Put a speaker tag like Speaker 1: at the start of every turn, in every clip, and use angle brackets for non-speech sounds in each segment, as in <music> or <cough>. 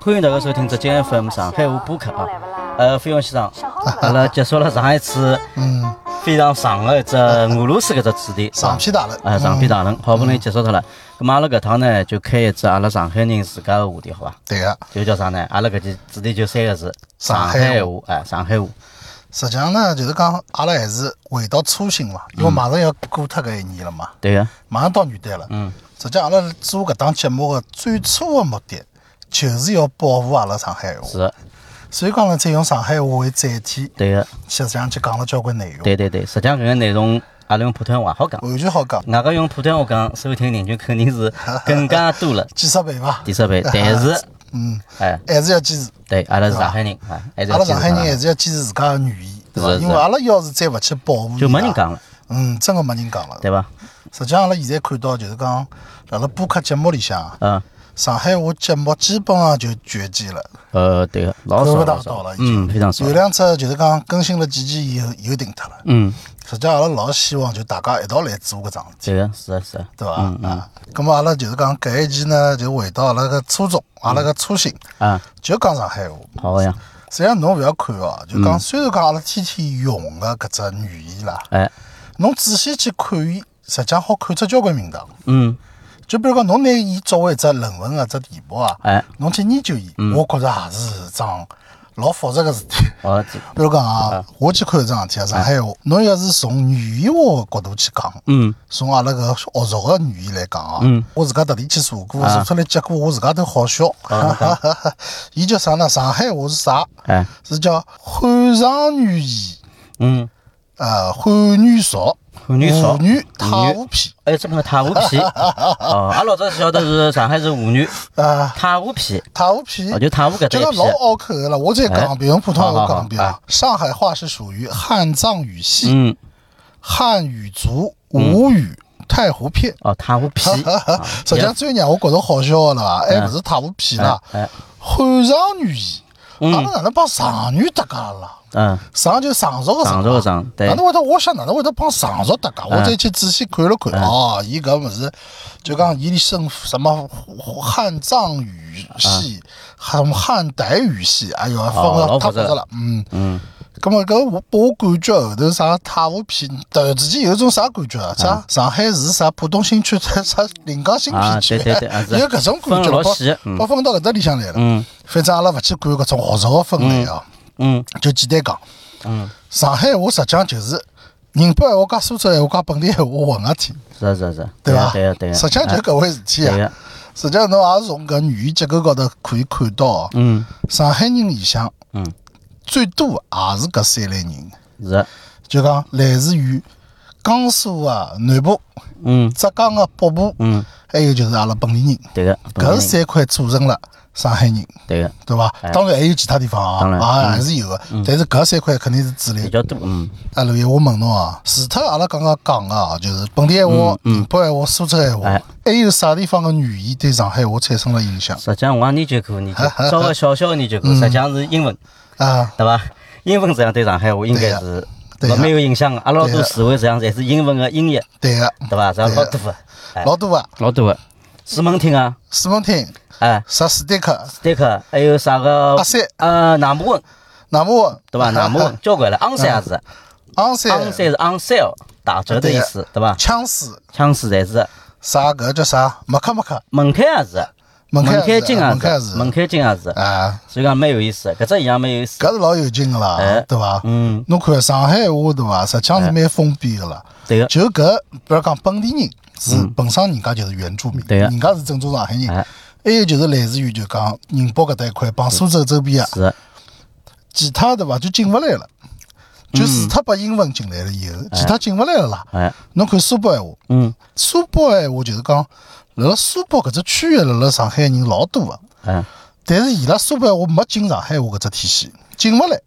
Speaker 1: 欢迎大家收听浙江 FM 上海话播客啊！呃，费用先生，阿拉结束啊了上一次
Speaker 2: 嗯，
Speaker 1: 非常长的一只俄罗斯搿只主题，
Speaker 2: 上篇大论
Speaker 1: 啊，上篇大论，好不容易结束脱了。咁嘛阿拉搿趟呢，就开一只阿拉上海人自家的话题，好伐？
Speaker 2: 对啊个。
Speaker 1: 就叫啥呢？阿拉搿期主题就三个字：
Speaker 2: 上
Speaker 1: 海
Speaker 2: 海
Speaker 1: 话。哎，上海话。
Speaker 2: 实际上呢，就是讲阿拉还是回到初心嘛，因为马上要过脱搿一年了嘛，
Speaker 1: 对个，
Speaker 2: 马上到元旦了。嗯。实际上，阿拉做搿档节目个最初个目的，就是要保护阿拉上海话。
Speaker 1: 是的，
Speaker 2: 所以讲呢，再用上海话为载体，
Speaker 1: 对个，
Speaker 2: 实际上就讲了交关内容，
Speaker 1: 对对对。实际上搿个内容，阿拉用普通话好讲，
Speaker 2: 完全好讲，，
Speaker 1: 外加用普通话讲，收听人群肯定是更加多了
Speaker 2: 几十倍伐？
Speaker 1: 第十倍。但是，
Speaker 2: 嗯，
Speaker 1: 哎，
Speaker 2: 还是要坚持。
Speaker 1: 对，阿拉是上海人啊，还是要
Speaker 2: 阿拉
Speaker 1: 坚持
Speaker 2: 上海人
Speaker 1: 上
Speaker 2: 还
Speaker 1: 海
Speaker 2: 是要坚持自家个语言，对伐？
Speaker 1: 是是
Speaker 2: 因为阿拉要是再勿去保护，啊
Speaker 1: 就没人讲了，
Speaker 2: 嗯，真个没人讲了。
Speaker 1: 对伐？
Speaker 2: 实际上，阿拉现在看到就是讲，辣辣播客节目里向，
Speaker 1: 嗯，
Speaker 2: 上海话节目基本上就绝迹了，
Speaker 1: 呃，对个，老
Speaker 2: 看
Speaker 1: 少
Speaker 2: 不到
Speaker 1: 老
Speaker 2: 到
Speaker 1: 少
Speaker 2: 了已经
Speaker 1: 嗯，非常少
Speaker 2: 有。两只就是讲更新了几期以后又停脱了。
Speaker 1: 嗯，
Speaker 2: 实际上，阿拉老希望就大家一道来做搿桩事体，
Speaker 1: 对个，是的，是的。
Speaker 2: 对伐？啊，咁么阿拉就是讲搿一期呢，就回到阿拉个初衷，阿拉个初心，
Speaker 1: 啊，
Speaker 2: 就讲上海话。
Speaker 1: 好个呀，
Speaker 2: 实际上侬勿要看哦，就讲虽然讲阿拉天天用个搿只语言啦，
Speaker 1: 哎，
Speaker 2: 侬仔细去看伊，实际上好看出交关名堂。
Speaker 1: 嗯，
Speaker 2: 就比如讲，侬拿伊作为一只论文个只题目啊，
Speaker 1: 哎，
Speaker 2: 侬去研究伊，
Speaker 1: 嗯
Speaker 2: 我觉着也是桩老复杂个事体。
Speaker 1: 哦，这
Speaker 2: 比如讲啊，我去看一桩事体啊，上海话，侬要是从语言学角度去讲，
Speaker 1: 嗯，
Speaker 2: 从阿拉搿学术个语言来讲啊，我自家特地去查过，
Speaker 1: 啊
Speaker 2: 查出来结果我自家都好笑。哈哈哈哈 <laughs> 伊叫啥呢？上海话是啥？
Speaker 1: 哎，
Speaker 2: 是叫汉上语言，
Speaker 1: 嗯，
Speaker 2: 呃，汉语俗，
Speaker 1: 汉语俗
Speaker 2: 沪语太
Speaker 1: 沪语
Speaker 2: 湖片，
Speaker 1: 哎，这个太湖
Speaker 2: <laughs>
Speaker 1: 皮，哦，阿老早晓得是上海是妇女，
Speaker 2: 啊，
Speaker 1: 太湖皮，
Speaker 2: 太湖片
Speaker 1: 哦，。就太湖搿
Speaker 2: 这
Speaker 1: 搭
Speaker 2: 个
Speaker 1: 一
Speaker 2: 老
Speaker 1: 片，
Speaker 2: 拗口的了，我再讲一遍，用普通
Speaker 1: 哎好
Speaker 2: 话
Speaker 1: 好好
Speaker 2: 讲一遍啊。上海话是属于汉藏语系，
Speaker 1: 嗯，
Speaker 2: 汉语族、吴语、太湖片。
Speaker 1: 哦，太湖
Speaker 2: <laughs>
Speaker 1: 皮，啊
Speaker 2: 实际上，最让我觉着好笑的啦，还不是太湖片啦，
Speaker 1: 哎，
Speaker 2: 汉上语系。阿拉哪能帮上语搭界了？
Speaker 1: 嗯，
Speaker 2: 上就上熟个
Speaker 1: 上
Speaker 2: 熟
Speaker 1: 着上，对嗯
Speaker 2: 哪，能会得？我想哪能会得帮上熟搭界？我再去仔细看了看，哦，伊搿物事就讲伊生什么汉藏语系、汉汉傣语系，哎哟，分
Speaker 1: 嗯哦老
Speaker 2: 了太
Speaker 1: 复
Speaker 2: 复
Speaker 1: 杂
Speaker 2: 杂
Speaker 1: 了
Speaker 2: 了，嗯嗯。咁么搿我拨我感觉后头啥太湖片，突然之间有种啥感觉啊？啥上海市啥浦东新区啥啥临江
Speaker 1: 嗯
Speaker 2: 新
Speaker 1: 啊
Speaker 2: 片区，
Speaker 1: 对对对啊是
Speaker 2: 有搿种感
Speaker 1: 分
Speaker 2: 觉
Speaker 1: 了
Speaker 2: 了，
Speaker 1: 老细嗯
Speaker 2: 把把分到搿搭里向来了。
Speaker 1: 嗯
Speaker 2: 反正阿拉勿去管搿种学术个分类啊。
Speaker 1: 嗯
Speaker 2: 就简单讲，
Speaker 1: 嗯，
Speaker 2: 上海话实际上就是宁波闲话加苏州闲话加本地闲话混合体，
Speaker 1: 是啊的是的是的，
Speaker 2: 伐？
Speaker 1: 对呀对呀，
Speaker 2: 实际上就是
Speaker 1: 哎
Speaker 2: 搿回事体
Speaker 1: 对
Speaker 2: 啊
Speaker 1: 呀。，
Speaker 2: 实际上侬也是从搿语言结构高头可以看到哦，
Speaker 1: 嗯
Speaker 2: 上海人里向
Speaker 1: 嗯，
Speaker 2: 最多也是搿三类人，
Speaker 1: 是啊的，
Speaker 2: 就讲来自于江苏啊南部、
Speaker 1: 嗯
Speaker 2: 浙江个北部，
Speaker 1: 嗯，
Speaker 2: 还有就是阿拉本地人，
Speaker 1: 对个，
Speaker 2: 搿是三块组成了上海人。
Speaker 1: 对个，
Speaker 2: 对伐？当然还有其他地方
Speaker 1: 哎当
Speaker 2: 啊，
Speaker 1: 然嗯
Speaker 2: 啊还是有个，但是搿三块肯定是主力
Speaker 1: 比。较多，嗯，
Speaker 2: 啊，刘爷，我问侬啊，除脱阿拉刚刚讲个啊，就是本地闲话、宁波闲话、苏州闲话
Speaker 1: 嗯哎，
Speaker 2: 还有啥地方个语言对上海话产生了影响
Speaker 1: 实际上我也研究过研究，稍微小小的研究过，实际上是英文，
Speaker 2: 啊？
Speaker 1: 对伐？英文实际上对上海话应该是
Speaker 2: 对呀对呀
Speaker 1: 没有影响的，阿拉老
Speaker 2: 对
Speaker 1: 多
Speaker 2: 呀
Speaker 1: 词汇实际上侪是英文的音译，
Speaker 2: 对个，
Speaker 1: 对伐？实际上老多的，哎
Speaker 2: 老多啊，
Speaker 1: 老多的，四门厅啊，
Speaker 2: 四门厅、
Speaker 1: 哎。
Speaker 2: 啥史迪克、
Speaker 1: 对个，还有啥个
Speaker 2: 阿三
Speaker 1: 呃，南木文
Speaker 2: 纳摩文，
Speaker 1: 对吧？南木文交关了，昂山也是，
Speaker 2: <laughs> 昂山、
Speaker 1: 昂山是 on sale 打折的意思，对吧？
Speaker 2: 枪水，
Speaker 1: 枪市侪是，
Speaker 2: 啥搿叫啥？麦克麦克，
Speaker 1: 门槛也是，
Speaker 2: 门
Speaker 1: 门
Speaker 2: 槛
Speaker 1: 槛金
Speaker 2: 门
Speaker 1: 也
Speaker 2: 槛
Speaker 1: 是，
Speaker 2: 是
Speaker 1: 门槛金也是，
Speaker 2: 啊，
Speaker 1: 所以讲蛮有意思，搿只一样蛮有意思。
Speaker 2: 搿是老有劲个啦
Speaker 1: 哎，
Speaker 2: 对伐？
Speaker 1: 嗯，哎
Speaker 2: 侬看上海话对伐？实际上是蛮封闭个啦。
Speaker 1: 对个，
Speaker 2: 就搿，比如讲本地人是本身人家就是原住民，
Speaker 1: 嗯对啊
Speaker 2: 人家是正宗上海人。
Speaker 1: 哎
Speaker 2: 还有就是来自于就讲宁波搿搭一块，帮苏州周边啊，
Speaker 1: 是，
Speaker 2: 其他对伐就进勿来了，就除脱把英文进来了以后，其他进勿来了啦。
Speaker 1: 嗯哎，
Speaker 2: 侬看苏北闲话，
Speaker 1: 嗯，
Speaker 2: 苏北闲话就是讲辣辣苏北搿只区域辣辣上海人老多个，
Speaker 1: 哎，
Speaker 2: 但是伊拉苏北闲话没进上海话搿只体系，进勿来。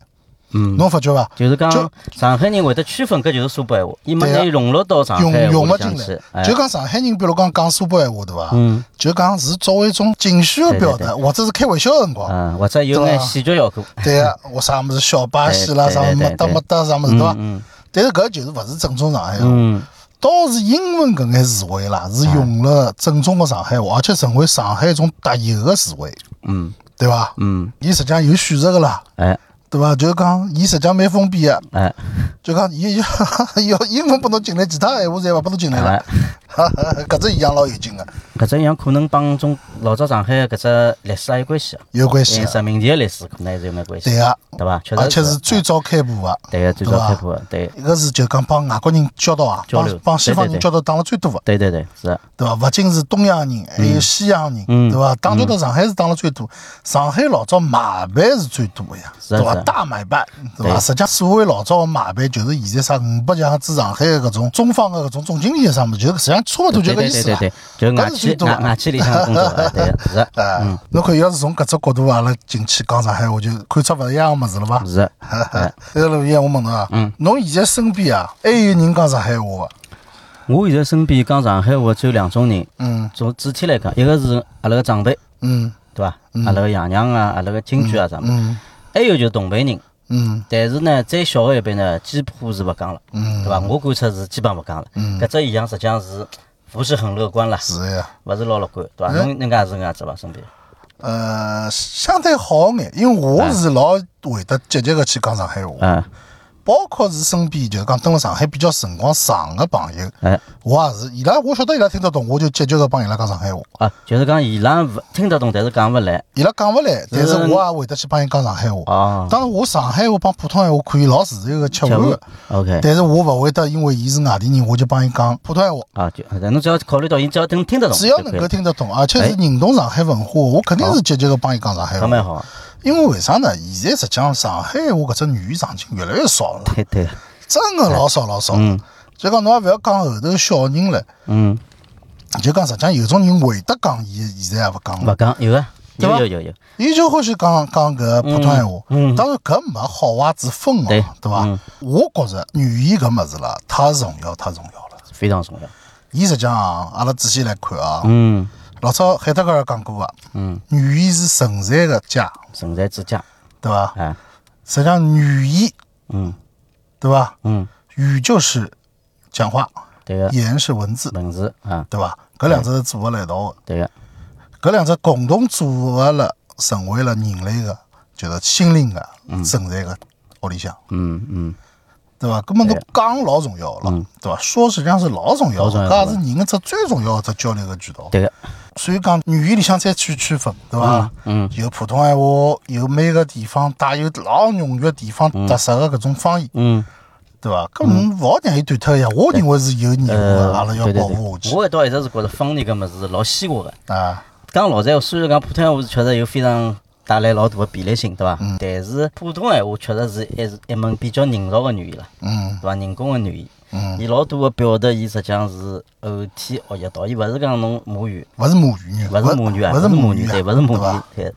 Speaker 1: 嗯，
Speaker 2: 侬发觉伐？
Speaker 1: 就是讲
Speaker 2: 就
Speaker 1: 上海人会得区分，搿就是苏北闲话，伊没
Speaker 2: 对
Speaker 1: 拿
Speaker 2: 啊
Speaker 1: 伊融入到上
Speaker 2: 用
Speaker 1: 海
Speaker 2: 用
Speaker 1: 话
Speaker 2: 勿
Speaker 1: 里向
Speaker 2: 进
Speaker 1: 去，
Speaker 2: 来。
Speaker 1: 哎
Speaker 2: 就，讲上海人，比如讲讲苏北闲话，对伐？
Speaker 1: 嗯，
Speaker 2: 就讲是作为一种情绪个表达，
Speaker 1: 对
Speaker 2: 或者是开玩笑个辰光。
Speaker 1: 嗯，或者有
Speaker 2: 对
Speaker 1: 眼
Speaker 2: 啊
Speaker 1: 戏剧效果，
Speaker 2: 对个， <laughs> 我啥物事小巴西啦，
Speaker 1: 对
Speaker 2: 啥
Speaker 1: 对对对
Speaker 2: 么得
Speaker 1: 对
Speaker 2: 么得啥么事对伐？
Speaker 1: 嗯
Speaker 2: 但是搿就是勿是正宗上海话，
Speaker 1: 嗯，
Speaker 2: 倒是英文搿眼词汇啦，是用了正宗的上海话，而且成为上海一种特有的词汇，
Speaker 1: 哎嗯
Speaker 2: 对伐？
Speaker 1: 嗯，
Speaker 2: 伊实际上有选择个啦，
Speaker 1: 哎
Speaker 2: 对伐？就是讲，伊实际上蛮封闭的，
Speaker 1: 哎
Speaker 2: 就 <laughs> 讲伊要要英文拨侬进来，其他闲话侪勿拨侬进来了
Speaker 1: 哎。，
Speaker 2: <laughs> 搿只现象老有劲啊个，
Speaker 1: 搿只样可能帮中老早上海搿只历史也有关系啊，
Speaker 2: 有关系
Speaker 1: 跟
Speaker 2: 的，
Speaker 1: 殖民地的历史可能还是有眼关系，
Speaker 2: 对个，
Speaker 1: 对伐？确实，
Speaker 2: 而且是最早开埠个，
Speaker 1: 对个最早开埠的，对
Speaker 2: 一个是就讲帮外国人交道啊，
Speaker 1: 交流
Speaker 2: 帮帮西方
Speaker 1: 对对对
Speaker 2: 人交道打了最多个，啊
Speaker 1: 对对对，是的，啊
Speaker 2: 对伐？勿仅是东洋人，还有西洋人，
Speaker 1: 嗯
Speaker 2: 对伐？打交道上海是打了最多，上海老早买办是最多个呀，
Speaker 1: 是啊
Speaker 2: 对伐
Speaker 1: 是啊？
Speaker 2: 大买办，对伐？
Speaker 1: 对
Speaker 2: 实际上所谓老早个买办，就是现在啥五百强至上海个搿种中方个搿种总经理啊啥物事，就是实际上差勿多
Speaker 1: 对
Speaker 2: 就
Speaker 1: 对
Speaker 2: 搿意
Speaker 1: 对
Speaker 2: 思
Speaker 1: 对
Speaker 2: 啦。
Speaker 1: 对，就是外
Speaker 2: 搿是
Speaker 1: 企
Speaker 2: 最多
Speaker 1: 外
Speaker 2: 的
Speaker 1: 外企里向的工作，哎对个，是的，
Speaker 2: 啊，侬看，要是从搿只角度阿拉进去讲上海话，就看出勿一样个物事了伐？
Speaker 1: 是的，啊
Speaker 2: <laughs> 哎，老爷，我问侬啊，侬现在身边啊，还有人讲上海话伐？
Speaker 1: 我现在身边讲上海话只有两种人，
Speaker 2: 嗯
Speaker 1: 从整体来讲，一个是阿拉个长辈，
Speaker 2: 嗯
Speaker 1: 对伐？阿拉个爷娘啊，阿拉个亲眷啊啥物事，
Speaker 2: 嗯
Speaker 1: 还有就是同辈人。
Speaker 2: 嗯
Speaker 1: 但是呢，再小的一辈呢，几乎是勿讲了，
Speaker 2: 嗯
Speaker 1: 对伐？我观察是基本勿讲了。搿只现象实际上是不是很乐观啦，
Speaker 2: 是哎的呀。
Speaker 1: 勿是老乐观，对伐？侬应该也是搿样子伐？身边
Speaker 2: 呃，相对好眼，因为我是老会得积极个去讲上海话，
Speaker 1: 啊，
Speaker 2: 包括是身边就是讲蹲辣上海比较辰光长个朋友，
Speaker 1: 哎
Speaker 2: 我也是，伊拉我晓得伊拉听得懂，我就积极个帮伊拉讲上海话。
Speaker 1: 啊，就是讲伊拉勿听得懂，但是讲勿来
Speaker 2: 伊拉讲勿来，但是
Speaker 1: 嗯
Speaker 2: 我也会得去帮伊讲上海话。
Speaker 1: 哦。
Speaker 2: 当然，我上海话帮普通闲话可以老自由个切换个。
Speaker 1: OK
Speaker 2: 但是我勿会得，因为伊是外地人，我就帮伊讲普通闲话。
Speaker 1: 啊，就侬只要考虑到伊只要能听得懂
Speaker 2: 只要
Speaker 1: 就可
Speaker 2: 能
Speaker 1: 以哎
Speaker 2: 够
Speaker 1: 了，
Speaker 2: 听得懂，而且是认同上海文化，我肯定是积极个帮伊讲上海
Speaker 1: 搿
Speaker 2: 话。
Speaker 1: 蛮好。啊
Speaker 2: 因为为啥呢？现在实际上上海话搿只语言场景越来越少了，
Speaker 1: 对对，
Speaker 2: 真个老少老少。
Speaker 1: 嗯
Speaker 2: 就讲侬也勿要讲后头小人了，
Speaker 1: 嗯，
Speaker 2: 就讲实际上有种人会得讲，伊现在也勿讲了
Speaker 1: 勿，讲有啊，
Speaker 2: 对
Speaker 1: 有
Speaker 2: 伐
Speaker 1: 有有有，
Speaker 2: 伊就欢喜讲讲搿普通闲话。
Speaker 1: 嗯嗯
Speaker 2: 当然搿没好坏之分哦，
Speaker 1: 对
Speaker 2: 对伐
Speaker 1: 嗯？
Speaker 2: 我觉着语言搿物事啦，太重要，太重要了。
Speaker 1: 非常重要。
Speaker 2: 伊实际上啊，阿拉仔细来看啊，
Speaker 1: 嗯
Speaker 2: 老早海德格尔讲过个，
Speaker 1: 嗯，
Speaker 2: 语言是存在个家，
Speaker 1: 人才之家，
Speaker 2: 对伐？
Speaker 1: 哎，
Speaker 2: 实际上语言，
Speaker 1: 嗯
Speaker 2: 对伐？
Speaker 1: 嗯，
Speaker 2: 语就是讲话，
Speaker 1: 对个
Speaker 2: 言是文字，
Speaker 1: 文字啊，
Speaker 2: 对伐？搿两只是组合辣一道
Speaker 1: 对个，
Speaker 2: 个，搿两只共同组合了，成为了人类个就是心灵个存在个屋里向，
Speaker 1: 嗯嗯，
Speaker 2: 对伐？搿么侬
Speaker 1: 对嗯
Speaker 2: 讲老重要了，对伐？说实际上是老重要
Speaker 1: 老重
Speaker 2: 的，
Speaker 1: 要
Speaker 2: 搿
Speaker 1: 的
Speaker 2: 也是人个只最重要的只交流个渠道。
Speaker 1: 对个，
Speaker 2: 所以讲语言里向再去区分，对伐？
Speaker 1: 嗯
Speaker 2: 有普通闲话，有每个地方带有老浓郁地方特色的搿种方言，
Speaker 1: 嗯。
Speaker 2: 对伐？搿侬勿好让伊断脱呀。我认为是有义务的，阿拉要
Speaker 1: 呃对对
Speaker 2: 保
Speaker 1: 对
Speaker 2: 护下去
Speaker 1: 我一道一直是觉着方言搿物事是老鲜活个。
Speaker 2: 啊。
Speaker 1: 讲老实闲话，虽然讲普通闲话是确实有非常带来老大个便利性，对伐？
Speaker 2: 嗯
Speaker 1: 但是普通闲话确实是一是一门比较人造个语言啦，
Speaker 2: 嗯
Speaker 1: 对伐？人工个语言。
Speaker 2: 嗯，
Speaker 1: 伊老多个表达，伊实际上是哦后天学习到，伊勿是讲侬母语，
Speaker 2: 勿是母语，
Speaker 1: 勿是母语啊，
Speaker 2: 勿
Speaker 1: 勿是
Speaker 2: 母
Speaker 1: 母
Speaker 2: 语
Speaker 1: 语，
Speaker 2: 啊，
Speaker 1: 对，勿是母
Speaker 2: 对
Speaker 1: 语
Speaker 2: 伐，
Speaker 1: 对，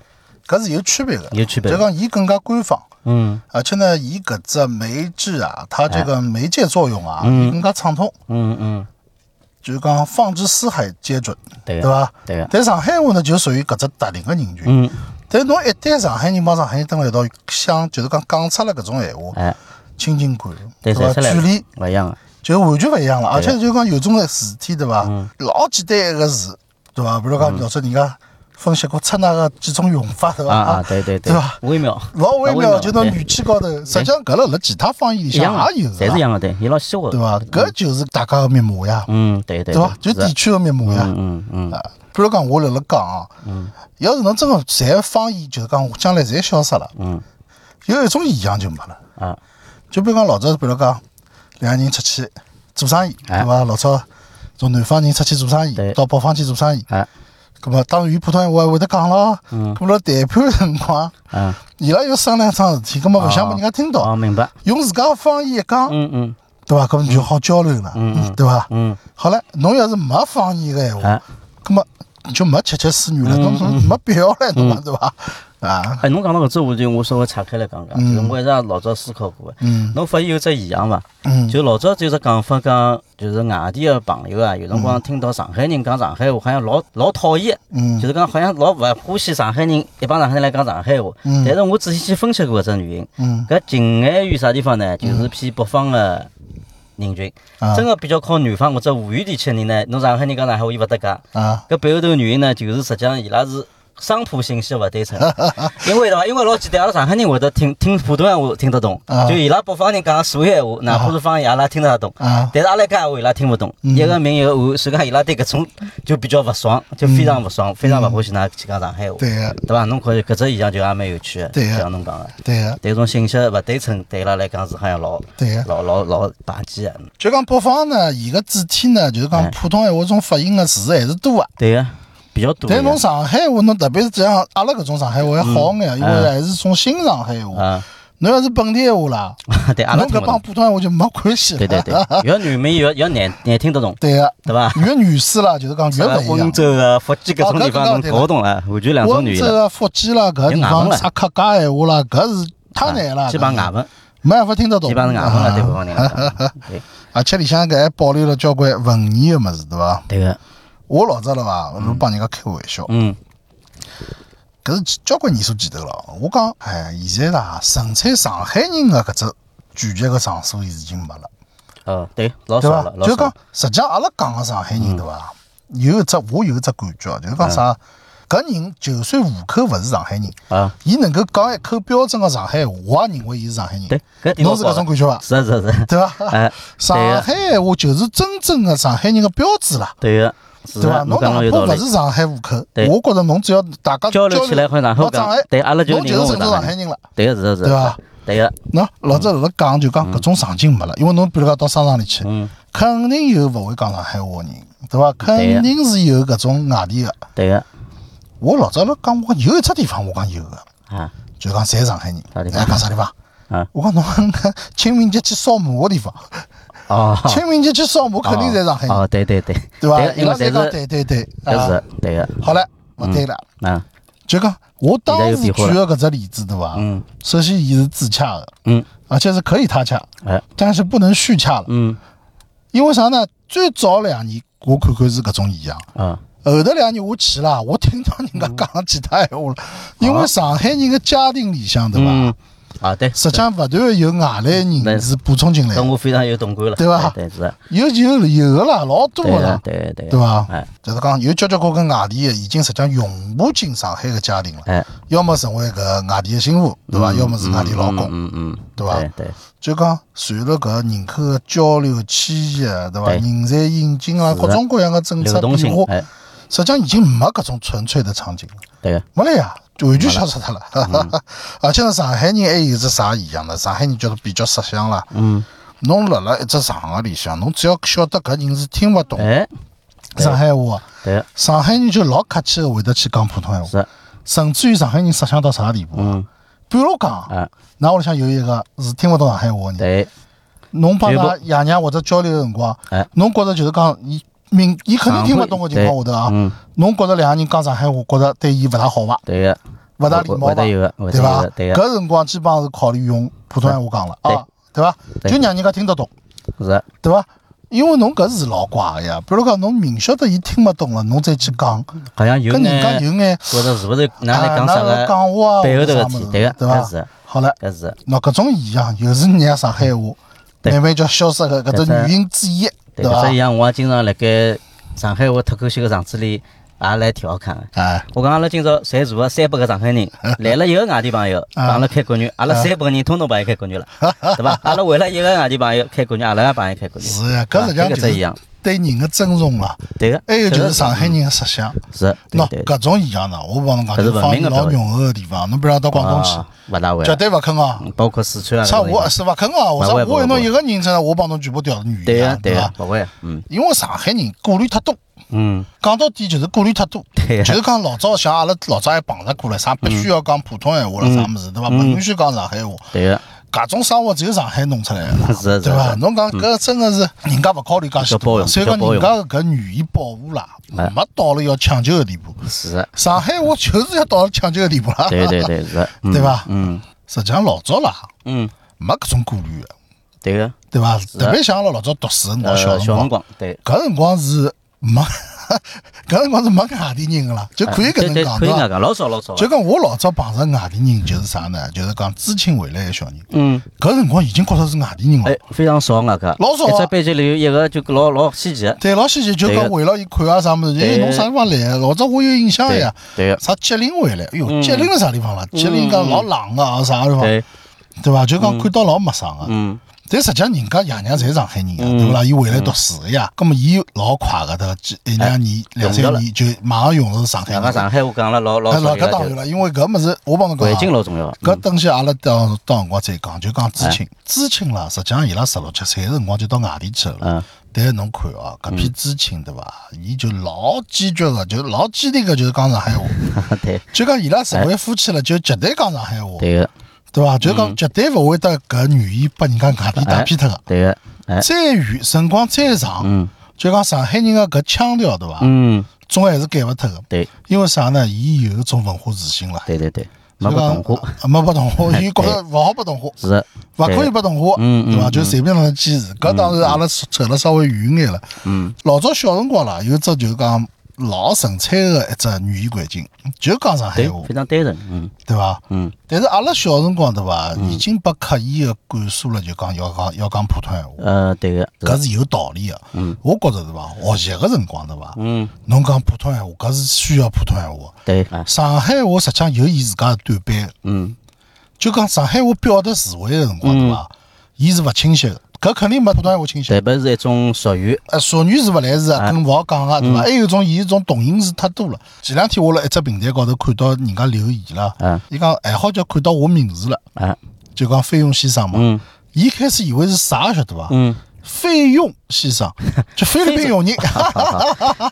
Speaker 2: 搿是有区别的，
Speaker 1: 有区别
Speaker 2: 就讲伊更加官方，
Speaker 1: 嗯
Speaker 2: 而且呢，伊搿只媒质啊，它这个媒介作用啊，
Speaker 1: 哎嗯
Speaker 2: 伊更加畅通，
Speaker 1: 嗯嗯，
Speaker 2: 就是讲放之四海皆准，
Speaker 1: 对
Speaker 2: 对
Speaker 1: 个，
Speaker 2: 伐？
Speaker 1: 对个，
Speaker 2: 但上海话呢，就属于搿只特定个人群。
Speaker 1: 嗯，
Speaker 2: 但侬一旦上海人帮上海人蹲辣一道，想就是讲讲出了搿种闲话，
Speaker 1: 哎，
Speaker 2: 亲近感，
Speaker 1: 对，
Speaker 2: 伐？
Speaker 1: 侪出来
Speaker 2: 距
Speaker 1: 了
Speaker 2: 离
Speaker 1: 勿一样个，
Speaker 2: 就完全勿一样了。而
Speaker 1: 对嗯
Speaker 2: 且就讲有种事体，对伐？老简单一个字，对伐？比如讲，老早人家分析过出那个几种用法，对伐？
Speaker 1: 啊啊，对对
Speaker 2: 对伐？
Speaker 1: 微妙，
Speaker 2: 老微妙，就到
Speaker 1: 对
Speaker 2: 语气高头，实际上搿辣辣其他方言里
Speaker 1: 一样
Speaker 2: 向
Speaker 1: 个，
Speaker 2: 也有
Speaker 1: 侪是一
Speaker 2: 个，
Speaker 1: 样个，对，伊老鲜活
Speaker 2: 对
Speaker 1: 个，
Speaker 2: 伐？搿就是大家个密码呀，
Speaker 1: 嗯，对对
Speaker 2: 对伐？就是
Speaker 1: 的
Speaker 2: 地区个密码呀。
Speaker 1: 嗯嗯嗯，
Speaker 2: 啊，比如讲，我辣辣讲啊，要是侬真个侪方言，就是讲将来侪消失了，
Speaker 1: 嗯，
Speaker 2: 有一种现象就没了。
Speaker 1: 啊，
Speaker 2: 就比如讲老早，比如讲两个人出去做生意，对
Speaker 1: 哎
Speaker 2: 伐？老早从南方人出去做生意，
Speaker 1: 对
Speaker 2: 到北方去做生意，
Speaker 1: 啊，
Speaker 2: 咁么当然伊普通话会得讲咯。
Speaker 1: 嗯
Speaker 2: 咁辣谈判辰光，
Speaker 1: 啊，
Speaker 2: 伊拉要商量桩事体，咁么勿想拨人家听到，
Speaker 1: 哦，明白，
Speaker 2: 用自家方言一讲，
Speaker 1: 嗯嗯
Speaker 2: 对伐？咁么就好交流了，
Speaker 1: 嗯嗯
Speaker 2: 对伐？
Speaker 1: 嗯，
Speaker 2: 好了，侬要是没方言个闲话，
Speaker 1: 啊，
Speaker 2: 咁么就没吃吃思女了，侬侬没必要了，侬嘛对伐？啊，
Speaker 1: 哎，侬讲到搿只话题，我稍微岔开来讲讲，就是我一直也老早思考过个，
Speaker 2: 嗯
Speaker 1: 侬发现有只现象伐？
Speaker 2: 嗯
Speaker 1: 就老早只有只讲法讲，就是外地个朋友啊，有辰光听到上海人讲上海话，好像老老讨厌，
Speaker 2: 嗯
Speaker 1: 就是讲好像老勿欢喜上海人一帮上海人来讲上海话。
Speaker 2: 嗯
Speaker 1: 但是我仔细去分析过搿只原因，
Speaker 2: 嗯
Speaker 1: 搿近眼于啥地方呢？就是偏北方个人群
Speaker 2: 啊，
Speaker 1: 真个比较靠南方或者华语地区的人呢，侬上海人讲上海话伊勿搭界。
Speaker 2: 啊，
Speaker 1: 搿背后头原因呢，就是实际上伊拉是商铺信息勿对
Speaker 2: <laughs>
Speaker 1: 称，因为对伐？因为老简单，阿拉上海人会得听听普通闲话听得懂
Speaker 2: 啊，
Speaker 1: 就伊拉北方人讲的所有闲话，哪怕是方言，阿拉听得懂
Speaker 2: 啊，
Speaker 1: 但是阿拉讲闲话伊拉听勿懂，
Speaker 2: 嗯
Speaker 1: 一个名一个汉，所以讲伊拉对搿种就比较勿爽，就非常勿爽，非常勿欢喜㑚去讲上海话，
Speaker 2: 嗯对个、
Speaker 1: 对伐？侬看搿只现象就也蛮有趣的，
Speaker 2: 对啊
Speaker 1: 就像侬讲的。
Speaker 2: 对个、
Speaker 1: 但种信息勿对称，对伊拉来讲是好像老
Speaker 2: 对个、
Speaker 1: 老老老排挤的。
Speaker 2: 就讲北方呢，伊个主体呢，就是讲
Speaker 1: 哎
Speaker 2: 普通闲话中发音个字还是多个。
Speaker 1: 对个，比较多的。
Speaker 2: 但侬上海话，侬特别是像阿拉搿种上海话还好眼，因为
Speaker 1: 嗯
Speaker 2: 还是种新上海话。
Speaker 1: 啊， <laughs>
Speaker 2: 侬要是本地闲话啦，
Speaker 1: 对阿拉
Speaker 2: 侬
Speaker 1: 听
Speaker 2: 搿
Speaker 1: 不
Speaker 2: 帮
Speaker 1: 懂。
Speaker 2: 普通闲话就没关系了。
Speaker 1: 对对
Speaker 2: <laughs>
Speaker 1: 对，越南面越越难难听得懂，
Speaker 2: 对个，
Speaker 1: 对伐？
Speaker 2: 越女士啦，就是讲
Speaker 1: 什么
Speaker 2: 嗯越勿一
Speaker 1: 温
Speaker 2: 样。
Speaker 1: 州啊、福建搿种地方
Speaker 2: 哦搿
Speaker 1: 侬
Speaker 2: 搿搿
Speaker 1: 搞勿懂了，完全两种
Speaker 2: 温
Speaker 1: 语言
Speaker 2: 州
Speaker 1: 了，
Speaker 2: 啊、福建啦，搿地
Speaker 1: 有外
Speaker 2: 方
Speaker 1: 文了
Speaker 2: 啥客家闲话啦，搿是太难了，
Speaker 1: 哎啊基本上外文，
Speaker 2: 没办法听得懂。
Speaker 1: 基本上外文了，对
Speaker 2: 啊
Speaker 1: 北方人来讲。对，
Speaker 2: 而且里向搿还保留了交关文言个物事，对伐？
Speaker 1: 对个，
Speaker 2: 我老早了伐，我帮人家开玩笑，
Speaker 1: 嗯，
Speaker 2: 搿是交关年数前头了。我讲，哎，现在啦，纯粹上海人的搿只聚集个场所已经没了，
Speaker 1: 哦，对，老
Speaker 2: 对
Speaker 1: 少
Speaker 2: 伐
Speaker 1: 了，？嗯老
Speaker 2: 就
Speaker 1: 少
Speaker 2: 是讲
Speaker 1: 了。，
Speaker 2: 实际上阿拉讲个上海人，对伐？有一只，我有一只感觉，啊就是讲
Speaker 1: 嗯
Speaker 2: 啥？搿人就算户口勿是上海人，
Speaker 1: 啊，
Speaker 2: 伊能够讲一口标准个上海话，我也认为伊是上海人。
Speaker 1: 对，搿地
Speaker 2: 侬
Speaker 1: 方
Speaker 2: 是搿种感觉伐？
Speaker 1: 是啊是啊是啊，
Speaker 2: 对伐？
Speaker 1: 哎，<laughs>
Speaker 2: 上
Speaker 1: 对
Speaker 2: 海
Speaker 1: 个
Speaker 2: 闲话就是真正的上海人的标志啦。
Speaker 1: 对个，是
Speaker 2: 对伐？
Speaker 1: 啊，
Speaker 2: 侬
Speaker 1: 侬讲
Speaker 2: 哪
Speaker 1: 了有
Speaker 2: 怕
Speaker 1: 道
Speaker 2: 勿
Speaker 1: 理。
Speaker 2: 是上海户口，
Speaker 1: 对
Speaker 2: 我觉着侬只要大家
Speaker 1: 交
Speaker 2: 流
Speaker 1: 流起来好像
Speaker 2: 到
Speaker 1: 好
Speaker 2: 上
Speaker 1: 讲
Speaker 2: 海，，
Speaker 1: 对，阿拉就
Speaker 2: 侬
Speaker 1: 认
Speaker 2: 就是
Speaker 1: 为
Speaker 2: 成都上
Speaker 1: 上
Speaker 2: 海
Speaker 1: 海。
Speaker 2: 人了。
Speaker 1: 对个是啊是
Speaker 2: 对
Speaker 1: 啊
Speaker 2: 伐，
Speaker 1: 对个，
Speaker 2: 喏，老早辣辣讲就讲搿种场景没了，因为侬比如讲到商场里去，
Speaker 1: 嗯，
Speaker 2: 肯定有勿会讲上海话的人，对伐？
Speaker 1: 对
Speaker 2: 肯
Speaker 1: 呀
Speaker 2: 定是有搿种外地的。
Speaker 1: 对个
Speaker 2: 我老早辣讲，我讲有一只地方我讲有个，
Speaker 1: 啊，
Speaker 2: 就讲侪上海人。
Speaker 1: 啥地
Speaker 2: 哎
Speaker 1: 方
Speaker 2: 讲啥地方？
Speaker 1: 啊
Speaker 2: 我讲侬讲清明节去扫墓个地方，
Speaker 1: 哦，
Speaker 2: 清明节去扫墓啊肯定侪上海人，
Speaker 1: 哦，对对对，
Speaker 2: 对伐？
Speaker 1: 对
Speaker 2: 伊拉
Speaker 1: 因为
Speaker 2: 侪
Speaker 1: 侪
Speaker 2: 讲
Speaker 1: 是
Speaker 2: 对对对，
Speaker 1: 搿
Speaker 2: 啊
Speaker 1: 是对个，
Speaker 2: 好了，勿对了。
Speaker 1: 啊，
Speaker 2: 就讲我当时举
Speaker 1: 现在有比划
Speaker 2: 的搿只例子，对伐？
Speaker 1: 嗯
Speaker 2: 首先伊是自洽的，
Speaker 1: 嗯，
Speaker 2: 而且是可以他洽，
Speaker 1: 哎，
Speaker 2: 但是不能续洽了。
Speaker 1: 嗯
Speaker 2: 因为啥呢？最早两年我看看是搿种现象，
Speaker 1: 啊，
Speaker 2: 后头两年我去了，我听到人
Speaker 1: 嗯
Speaker 2: 家讲其他闲话了。因为上海人的家庭里向，对伐？
Speaker 1: 哦嗯，啊对，
Speaker 2: 实际上勿断地有外来人
Speaker 1: 对
Speaker 2: 是补充进来的
Speaker 1: 跟，我非常有同感了，
Speaker 2: 对吧
Speaker 1: 对是的，
Speaker 2: 有有有的啦，老多
Speaker 1: 对的
Speaker 2: 的啦，，
Speaker 1: 对的对的
Speaker 2: 对伐？
Speaker 1: 哎
Speaker 2: 就是讲有交交关关外地的已经实际上融不进上海的家庭了，
Speaker 1: 哎，
Speaker 2: 要么成为搿外地的媳妇，对伐？
Speaker 1: 嗯
Speaker 2: 要么是外地老公。
Speaker 1: 嗯嗯，嗯
Speaker 2: 对吧
Speaker 1: 对对
Speaker 2: 就讲随着搿人口个交流迁移啊，对伐？
Speaker 1: 对
Speaker 2: 人才引进啊，
Speaker 1: 是
Speaker 2: 各
Speaker 1: 的
Speaker 2: 种各样个政策
Speaker 1: 流动
Speaker 2: 变
Speaker 1: 性，
Speaker 2: 化，
Speaker 1: 哎，
Speaker 2: 实际上已经没搿种纯粹的场景了，
Speaker 1: 对的，
Speaker 2: 没了呀，完全消失脱了。而且呢，上海人还有一只啥现象呢？上海人叫做比较识相啦。
Speaker 1: 嗯，
Speaker 2: 侬辣辣一只场合里向，侬只要晓得搿人是听勿懂
Speaker 1: 哎，对
Speaker 2: 上海话，
Speaker 1: 对的，
Speaker 2: 上海人就老客气个会得去讲普通闲话，
Speaker 1: 是的，
Speaker 2: 甚至于上海人识相到啥地步？
Speaker 1: 嗯
Speaker 2: 比如讲，
Speaker 1: 啊，
Speaker 2: 㑚屋里向有一个是听勿懂上海话个人。
Speaker 1: 对，
Speaker 2: 侬帮
Speaker 1: 有
Speaker 2: 㑚爷娘或者交流个辰光
Speaker 1: 哎，
Speaker 2: 侬觉着就是讲伊明伊肯定听勿懂个情况下头啊，
Speaker 1: 嗯，
Speaker 2: 侬觉着两个人讲上海话，觉着对伊勿大好伐？
Speaker 1: 对的，
Speaker 2: 勿大礼貌
Speaker 1: 会
Speaker 2: 伐
Speaker 1: 得？有的，会得
Speaker 2: 对
Speaker 1: 有
Speaker 2: 伐
Speaker 1: 的，？对的，
Speaker 2: 搿辰光基本上是考虑用普通闲话讲了啊，对伐？
Speaker 1: 对
Speaker 2: 就让人家听得懂，
Speaker 1: 是的，
Speaker 2: 对伐？因为侬搿是老怪个呀，比如讲侬明晓得伊听勿懂了，侬再去讲，
Speaker 1: 好像有
Speaker 2: 跟人家
Speaker 1: 眼，
Speaker 2: 有眼
Speaker 1: 觉着是不是哪
Speaker 2: 啊，
Speaker 1: 来讲啥
Speaker 2: 个
Speaker 1: 个
Speaker 2: 讲话啊，
Speaker 1: 背后
Speaker 2: 或者
Speaker 1: 头个
Speaker 2: 啥物
Speaker 1: 事
Speaker 2: 事，
Speaker 1: 体，对的，
Speaker 2: 对伐
Speaker 1: 搿？是，
Speaker 2: 好了，
Speaker 1: 搿是，
Speaker 2: 喏，搿种现象又是让上海话
Speaker 1: 对
Speaker 2: 慢慢叫消失个搿只
Speaker 1: 搿只
Speaker 2: 原因之一，
Speaker 1: 对，
Speaker 2: 伐
Speaker 1: 所？以像我也经常辣盖上海话脱口秀个场子里也来调侃的。
Speaker 2: 哎，
Speaker 1: 我讲阿拉今朝侪坐个三百个上海
Speaker 2: <laughs>
Speaker 1: 人，来了一个外地朋友，
Speaker 2: 啊
Speaker 1: 帮阿拉开国语，阿拉三百个人通通帮伊开国语
Speaker 2: <laughs>
Speaker 1: 了，对伐？阿拉为了一个外地朋友开国语，阿拉也帮伊开国语，
Speaker 2: 是呀，搿实际上
Speaker 1: 啊
Speaker 2: 就
Speaker 1: 这个一
Speaker 2: 是
Speaker 1: 样
Speaker 2: 对人的尊重了。
Speaker 1: 对个。
Speaker 2: 还有就
Speaker 1: 这
Speaker 2: 是上海人的识相，
Speaker 1: 是，对
Speaker 2: 喏，
Speaker 1: 对，
Speaker 2: 搿种现象呢，我帮侬讲，
Speaker 1: 搿
Speaker 2: 就是放
Speaker 1: 文
Speaker 2: 伊
Speaker 1: 明的
Speaker 2: 老
Speaker 1: 表现
Speaker 2: 浓厚的地方，侬比如讲到广东去
Speaker 1: 啊，，勿大会
Speaker 2: 绝，对勿肯啊。
Speaker 1: 包括四川啊，
Speaker 2: 啥
Speaker 1: 搿种
Speaker 2: 我
Speaker 1: 地
Speaker 2: 是勿肯啊，我
Speaker 1: 勿
Speaker 2: 啥
Speaker 1: 会
Speaker 2: 我有
Speaker 1: 勿
Speaker 2: 侬
Speaker 1: 会
Speaker 2: 一个人称，我帮侬全部调成
Speaker 1: 方
Speaker 2: 语
Speaker 1: 对
Speaker 2: 言
Speaker 1: 个
Speaker 2: 啊，
Speaker 1: 对个
Speaker 2: 伐，？
Speaker 1: 勿会，嗯
Speaker 2: 因为上海人顾虑太多，
Speaker 1: 嗯，
Speaker 2: 讲到底就是顾虑太多。
Speaker 1: 对
Speaker 2: 就
Speaker 1: 个
Speaker 2: 是讲老早像阿拉老早还碰着过了，啥必须要讲普通闲话
Speaker 1: 嗯
Speaker 2: 了，啥物事对伐？勿允许讲上海话，
Speaker 1: 对个，
Speaker 2: 搿种生活只有上海弄出来的啦。
Speaker 1: 是啊的是
Speaker 2: <laughs> 对伐？
Speaker 1: 的，
Speaker 2: 侬讲搿真个是人家勿考虑介许
Speaker 1: 比较包
Speaker 2: 多的，
Speaker 1: 容
Speaker 2: 所以
Speaker 1: 比
Speaker 2: 讲
Speaker 1: 较包
Speaker 2: 人
Speaker 1: 容
Speaker 2: 家搿语言保护啦，
Speaker 1: 哎
Speaker 2: 没到了要抢救的地步。
Speaker 1: 是的，
Speaker 2: 上海话就是要到了抢救的地步啦。
Speaker 1: 对对对是的，嗯
Speaker 2: 对伐
Speaker 1: 嗯
Speaker 2: <laughs> 实际上老早啦，
Speaker 1: 嗯，
Speaker 2: 没搿种顾虑的，
Speaker 1: 对个，
Speaker 2: 对伐？
Speaker 1: 的
Speaker 2: 特别像阿拉老早读书的辰光，
Speaker 1: 呃
Speaker 2: 小辰
Speaker 1: 小辰
Speaker 2: 光，
Speaker 1: 光，对，
Speaker 2: 搿辰光是没 <laughs> 搿辰光是没外地人个啦，就可以搿
Speaker 1: 啊对
Speaker 2: 能
Speaker 1: 对，
Speaker 2: 讲
Speaker 1: 可以
Speaker 2: 对
Speaker 1: 搿
Speaker 2: 伐？
Speaker 1: 讲，老少老少啊。
Speaker 2: 就讲我老早碰着外地人，就是啥呢？就是讲知青回来个小人，
Speaker 1: 嗯，
Speaker 2: 搿辰光已经觉着是外地人了
Speaker 1: 哎。，非常少啊，搿
Speaker 2: 老少啊
Speaker 1: 一只班级里有一个就老老稀奇的。
Speaker 2: 对，老先前就
Speaker 1: 对
Speaker 2: 讲
Speaker 1: 个
Speaker 2: 为了伊看啊啥物事，哎，
Speaker 1: 对
Speaker 2: 侬啥地方来的？老早我有印象哎
Speaker 1: 对
Speaker 2: 呀，
Speaker 1: 对个
Speaker 2: 啥吉林回来？哎哟，
Speaker 1: 嗯
Speaker 2: 吉林是啥地方啦？吉林讲老冷啊，啥地方？
Speaker 1: 对，
Speaker 2: 对伐？就讲看到老陌生啊个。
Speaker 1: 嗯，
Speaker 2: 但实际上，人家爷娘侪上海人啊，
Speaker 1: 嗯哎
Speaker 2: 对勿啦？伊回来读书个呀，葛么伊老快个，对伐？几一两年、两
Speaker 1: 用
Speaker 2: 三
Speaker 1: 到了
Speaker 2: 年就马上用着上海
Speaker 1: 搿
Speaker 2: 人
Speaker 1: 个。上海话讲了老老
Speaker 2: 啊哎，
Speaker 1: 少
Speaker 2: 老搿
Speaker 1: 有
Speaker 2: 当
Speaker 1: 了
Speaker 2: 然
Speaker 1: 就，
Speaker 2: 了，因为搿物事我帮侬讲
Speaker 1: 环
Speaker 2: 啊，
Speaker 1: 境老重要。
Speaker 2: 搿等歇阿拉到到辰光再讲，就讲知
Speaker 1: 哎
Speaker 2: 青，知青啦，实际上伊拉十六七岁个辰光就到外地去了。
Speaker 1: 嗯，
Speaker 2: 但是侬看哦，搿批知青对伐？伊就老坚决个，就老坚定个，就是讲上
Speaker 1: <laughs>
Speaker 2: 海话，
Speaker 1: 嗯对
Speaker 2: 就讲伊拉成为夫妻了，就绝对讲上海话，
Speaker 1: 哎对啊嗯个，
Speaker 2: 对伐？就讲绝对勿会得搿语言被人家外地打偏脱个。
Speaker 1: 对个，哎，
Speaker 2: 再远，辰光再长，
Speaker 1: 嗯
Speaker 2: 就讲上海人个搿腔调对伐？
Speaker 1: 嗯，
Speaker 2: 总还是改勿脱个。
Speaker 1: 对
Speaker 2: 因为啥呢？伊有一种文化自信了，
Speaker 1: 对对对，没不
Speaker 2: 就
Speaker 1: 懂
Speaker 2: 讲
Speaker 1: 过，，
Speaker 2: 啊没被
Speaker 1: <laughs>
Speaker 2: 同化，伊觉着勿好被同化。
Speaker 1: 是的，
Speaker 2: 勿可以被同化，
Speaker 1: 嗯嗯
Speaker 2: 对伐？就随便让人坚持。搿当然阿拉扯了稍微远眼了。
Speaker 1: 嗯，
Speaker 2: 老早小辰光啦，有只就是讲老纯粹个一只语言环境，就讲上海
Speaker 1: 对
Speaker 2: 话，，
Speaker 1: 非常单纯，嗯
Speaker 2: 对伐？
Speaker 1: 嗯，
Speaker 2: 但是阿拉小辰光对伐，已经被刻意个灌输了，就讲要讲要讲普通闲话，
Speaker 1: 呃，对个，是的
Speaker 2: 搿是有道理个。我觉着对伐，学习个辰光对伐，
Speaker 1: 嗯，
Speaker 2: 侬讲普通闲话，搿是需要普通闲话。
Speaker 1: 对啊，
Speaker 2: 上海话实际上有伊自家个短板，
Speaker 1: 嗯，
Speaker 2: 就讲上海话表达词汇个辰光对
Speaker 1: 嗯
Speaker 2: 伐，伊是勿清晰个，搿肯定没普通闲话清晰。
Speaker 1: 代表是一种俗语，
Speaker 2: 呃，俗语是勿来事
Speaker 1: 哎
Speaker 2: 啊，更勿好讲啊，对
Speaker 1: 嗯
Speaker 2: 伐？还有一种，伊一种动音是太多了。前两天我辣一只平台高头看到人家留言了
Speaker 1: 嗯，
Speaker 2: 伊讲还好叫看到我名字了， <laughs>
Speaker 1: 啊， <laughs>
Speaker 2: 就讲费用先生嘛。
Speaker 1: 嗯
Speaker 2: 伊开始以为是啥，晓得伐？
Speaker 1: 嗯，
Speaker 2: 费用先生，就
Speaker 1: <laughs>
Speaker 2: 菲律宾佣人，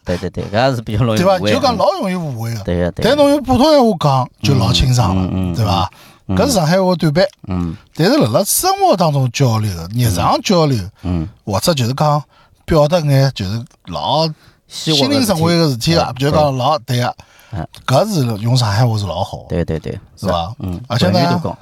Speaker 1: 对对对，搿是比较容易
Speaker 2: 对伐？
Speaker 1: 误会
Speaker 2: 就讲
Speaker 1: 嗯
Speaker 2: 老容易误会个。
Speaker 1: 对个对
Speaker 2: 但
Speaker 1: 个，
Speaker 2: 侬用普通闲话讲，就老清爽
Speaker 1: 嗯嗯嗯
Speaker 2: 了，对伐？搿是上海话短板。
Speaker 1: 嗯
Speaker 2: 但是辣辣生活当中交流、日常交流，
Speaker 1: 嗯，
Speaker 2: 或者就是讲表达眼，就是老
Speaker 1: 希
Speaker 2: 心
Speaker 1: 望
Speaker 2: 领
Speaker 1: 的
Speaker 2: 神
Speaker 1: 事
Speaker 2: 会
Speaker 1: 体
Speaker 2: 个事体啊，
Speaker 1: 对
Speaker 2: 就讲老对个
Speaker 1: 嗯，
Speaker 2: 搿是用上海话是老好，
Speaker 1: 对对对，
Speaker 2: 是啊伐？
Speaker 1: 嗯，
Speaker 2: 而且
Speaker 1: 关于
Speaker 2: 呢
Speaker 1: 都，讲，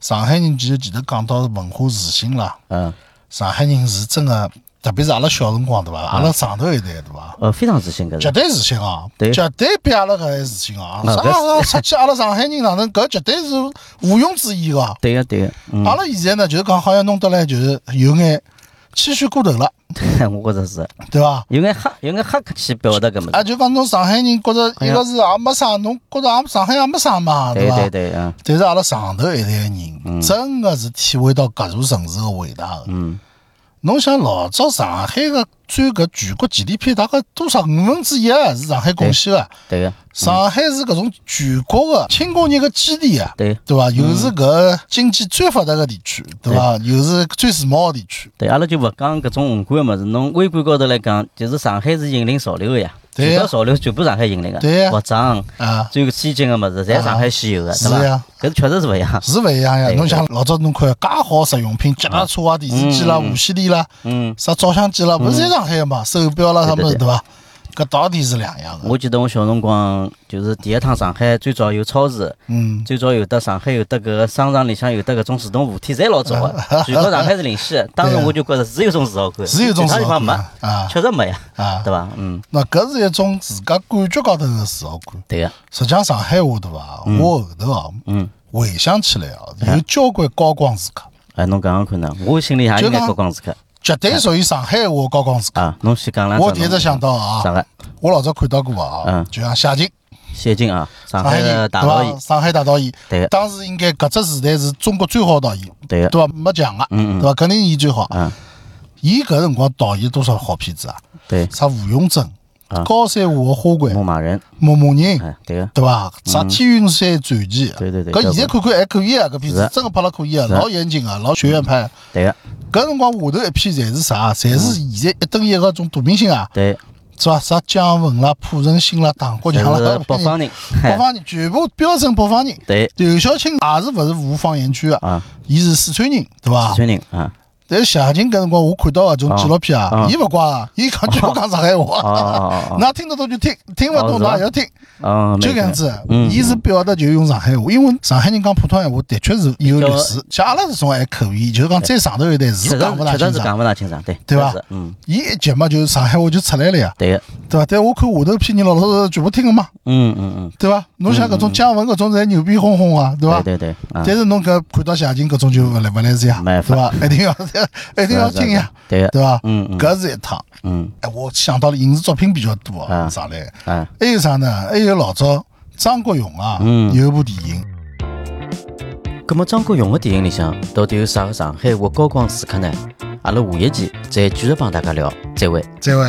Speaker 2: 上海人其实前头讲到文化自信啦，
Speaker 1: 嗯，
Speaker 2: 上海人是真个，特别是阿拉小辰光对伐？阿拉上头一代对伐？
Speaker 1: 呃，非常自信搿
Speaker 2: 绝
Speaker 1: 是，
Speaker 2: 对自信啊，
Speaker 1: 对
Speaker 2: 绝对比阿拉搿还自信啊！
Speaker 1: 啊
Speaker 2: 啥
Speaker 1: 搿
Speaker 2: 出去阿拉上海人哪能搿绝对是毋庸置疑个。
Speaker 1: 对个对个，嗯，
Speaker 2: 阿拉现在呢，就是讲好像弄得来就是有眼谦虚过头了，
Speaker 1: <laughs> 我觉着是，
Speaker 2: 对伐？
Speaker 1: 有眼黑有眼黑客气表达搿物事，
Speaker 2: 啊，就讲侬上海人觉着一个是也没啥，侬觉着也上海也没啥嘛，
Speaker 1: 对
Speaker 2: 伐
Speaker 1: 哎对？对，嗯
Speaker 2: 啊但是阿拉上头一代人，真个是体会到搿座城市个伟大个。
Speaker 1: 嗯，
Speaker 2: 侬想老早上海个占搿全国 GDP 大概多少？五分之一啊是上海贡献个。
Speaker 1: 对个
Speaker 2: 上海是搿种全国个轻工业个基地啊，
Speaker 1: 嗯对嗯
Speaker 2: 对伐？又是搿经济最发达个地区，对伐？又是最时髦个地区。
Speaker 1: 对，阿拉就勿讲搿种宏观个物事，侬微观高头来讲，就是上海是引领潮流个呀，
Speaker 2: 对
Speaker 1: 全
Speaker 2: 呀
Speaker 1: 部潮流全部上海引领个，
Speaker 2: 对呀
Speaker 1: 服装。
Speaker 2: 啊，
Speaker 1: 最先进个物事，侪上海先有个，
Speaker 2: 是啊
Speaker 1: 对伐
Speaker 2: 呀？
Speaker 1: 搿确实是勿一样。
Speaker 2: 是勿一样呀。
Speaker 1: 对
Speaker 2: 侬想老早侬看介好实用品，脚踏车啊、电视机啦、无线电啦、
Speaker 1: 嗯，
Speaker 2: 啥照相机啦，勿是在上海个嘛？手表啦啥
Speaker 1: 对
Speaker 2: 物
Speaker 1: 对
Speaker 2: 事，对伐？搿到底是两样个。
Speaker 1: 我记得我小辰光就是第一趟上海，最早有超市，
Speaker 2: 嗯，
Speaker 1: 最早有得上海有得搿个商场里向有得搿种自动扶梯，侪老早个。
Speaker 2: <laughs>
Speaker 1: 全国上海是领先的，当时我就觉着是有种自豪感，
Speaker 2: 是有种
Speaker 1: 其他
Speaker 2: 自
Speaker 1: 地
Speaker 2: 豪
Speaker 1: 方没
Speaker 2: 感，啊
Speaker 1: 确实没呀，
Speaker 2: 啊
Speaker 1: 对。伐？嗯，
Speaker 2: 那搿是一种自家感觉高头个自豪感。
Speaker 1: 对个，
Speaker 2: 实际上上海话对伐？我后头啊，
Speaker 1: 嗯，
Speaker 2: 回想起来啊，有交关高光时刻，
Speaker 1: 哎，侬讲讲看呢，我心里也应该高光时刻
Speaker 2: 绝对属于上海话高光时刻。
Speaker 1: 啊，侬先讲两
Speaker 2: 我
Speaker 1: 只
Speaker 2: 第一
Speaker 1: 侬
Speaker 2: 只想到
Speaker 1: 啥
Speaker 2: 啊，
Speaker 1: 个
Speaker 2: 我老早看到过啊
Speaker 1: 嗯，
Speaker 2: 就像谢晋，
Speaker 1: 谢晋啊，上
Speaker 2: 上海
Speaker 1: 海
Speaker 2: 人
Speaker 1: 的
Speaker 2: 对
Speaker 1: 大导
Speaker 2: 伐？
Speaker 1: 演，
Speaker 2: 上海大导演，
Speaker 1: 对个，
Speaker 2: 当时应该搿只时代是中国最好的导演，
Speaker 1: 对个，
Speaker 2: 对伐？没讲个，
Speaker 1: 嗯嗯
Speaker 2: 对伐？肯定伊最好。
Speaker 1: 嗯，
Speaker 2: 伊搿辰光导演多少好片子啊？
Speaker 1: 对，
Speaker 2: 啥《吴永贞
Speaker 1: 啊》
Speaker 2: 《高山下的花
Speaker 1: 牧
Speaker 2: 环》《
Speaker 1: 马人，
Speaker 2: 牧马人》，
Speaker 1: 哎，对个，
Speaker 2: 对伐？啥《天云山传奇》？
Speaker 1: 对对对
Speaker 2: 搿现在看看还可以啊，搿片
Speaker 1: 是
Speaker 2: 子
Speaker 1: 啊
Speaker 2: 真个拍了可以啊，
Speaker 1: 是啊
Speaker 2: 老严谨啊，老学院派啊。
Speaker 1: 对个，
Speaker 2: 搿辰光下头一批侪是啥？侪是现在一等一个种大明星啊，
Speaker 1: 对，
Speaker 2: 是伐？啥姜文啦、濮存昕啦、唐国
Speaker 1: 就
Speaker 2: 强
Speaker 1: 是
Speaker 2: 啦，
Speaker 1: 北方人，
Speaker 2: 北方人
Speaker 1: <laughs>
Speaker 2: 全部标准北方人。
Speaker 1: 对
Speaker 2: 刘晓庆也是勿是无方言区啊？
Speaker 1: 啊，
Speaker 2: 伊是四川人，对伐
Speaker 1: 四？川人啊，
Speaker 2: 对但是谢霆搿辰光我看到啊，种纪录片啊
Speaker 1: 啊，
Speaker 2: 伊勿怪啊，伊讲全部讲上
Speaker 1: <laughs>
Speaker 2: 海
Speaker 1: 哦
Speaker 2: 话， <laughs>
Speaker 1: 哦哦，
Speaker 2: 㑚听得懂就听，听勿
Speaker 1: 哦
Speaker 2: 懂
Speaker 1: 是吧
Speaker 2: 㑚也要听，
Speaker 1: 嗯，
Speaker 2: 就搿样
Speaker 1: 没
Speaker 2: 子。
Speaker 1: 嗯
Speaker 2: 伊是表达就用上海话，因为上海人讲普通闲话的确是有劣势，像阿拉这种还可以，就是讲再上头一代
Speaker 1: 事，
Speaker 2: 是
Speaker 1: 确实
Speaker 2: 讲勿大
Speaker 1: 确
Speaker 2: 清
Speaker 1: 实是
Speaker 2: 爽。
Speaker 1: 讲不大清爽，对，
Speaker 2: 对吧
Speaker 1: 确实嗯，
Speaker 2: 伊一集嘛，就是上海话就出来了呀，
Speaker 1: 对个，
Speaker 2: 对伐？但我看下头批人老老实实全部听了嘛，
Speaker 1: 嗯嗯嗯，
Speaker 2: 对伐？侬像搿种姜文搿种侪牛逼哄哄啊，对伐？
Speaker 1: 对对对，啊，
Speaker 2: 但是侬搿看到谢霆搿种就勿来勿来事呀，
Speaker 1: 没
Speaker 2: 对伐？ <laughs> 一定要一定要
Speaker 1: 是啊
Speaker 2: 听呀，，
Speaker 1: 是啊对个，
Speaker 2: 对伐？
Speaker 1: 嗯嗯
Speaker 2: 搿是一趟。
Speaker 1: 嗯
Speaker 2: 哎，我想到了影视作品比较多啊，
Speaker 1: 啊
Speaker 2: 上来。
Speaker 1: 啊，
Speaker 2: 还有啥呢？还有老早张国荣啊，
Speaker 1: 嗯
Speaker 2: 有一部电影
Speaker 1: 葛么张国荣的电影里向到底有啥个上海话高光时刻呢？阿拉下一期再继续帮大家聊，再会。
Speaker 2: 《再会》。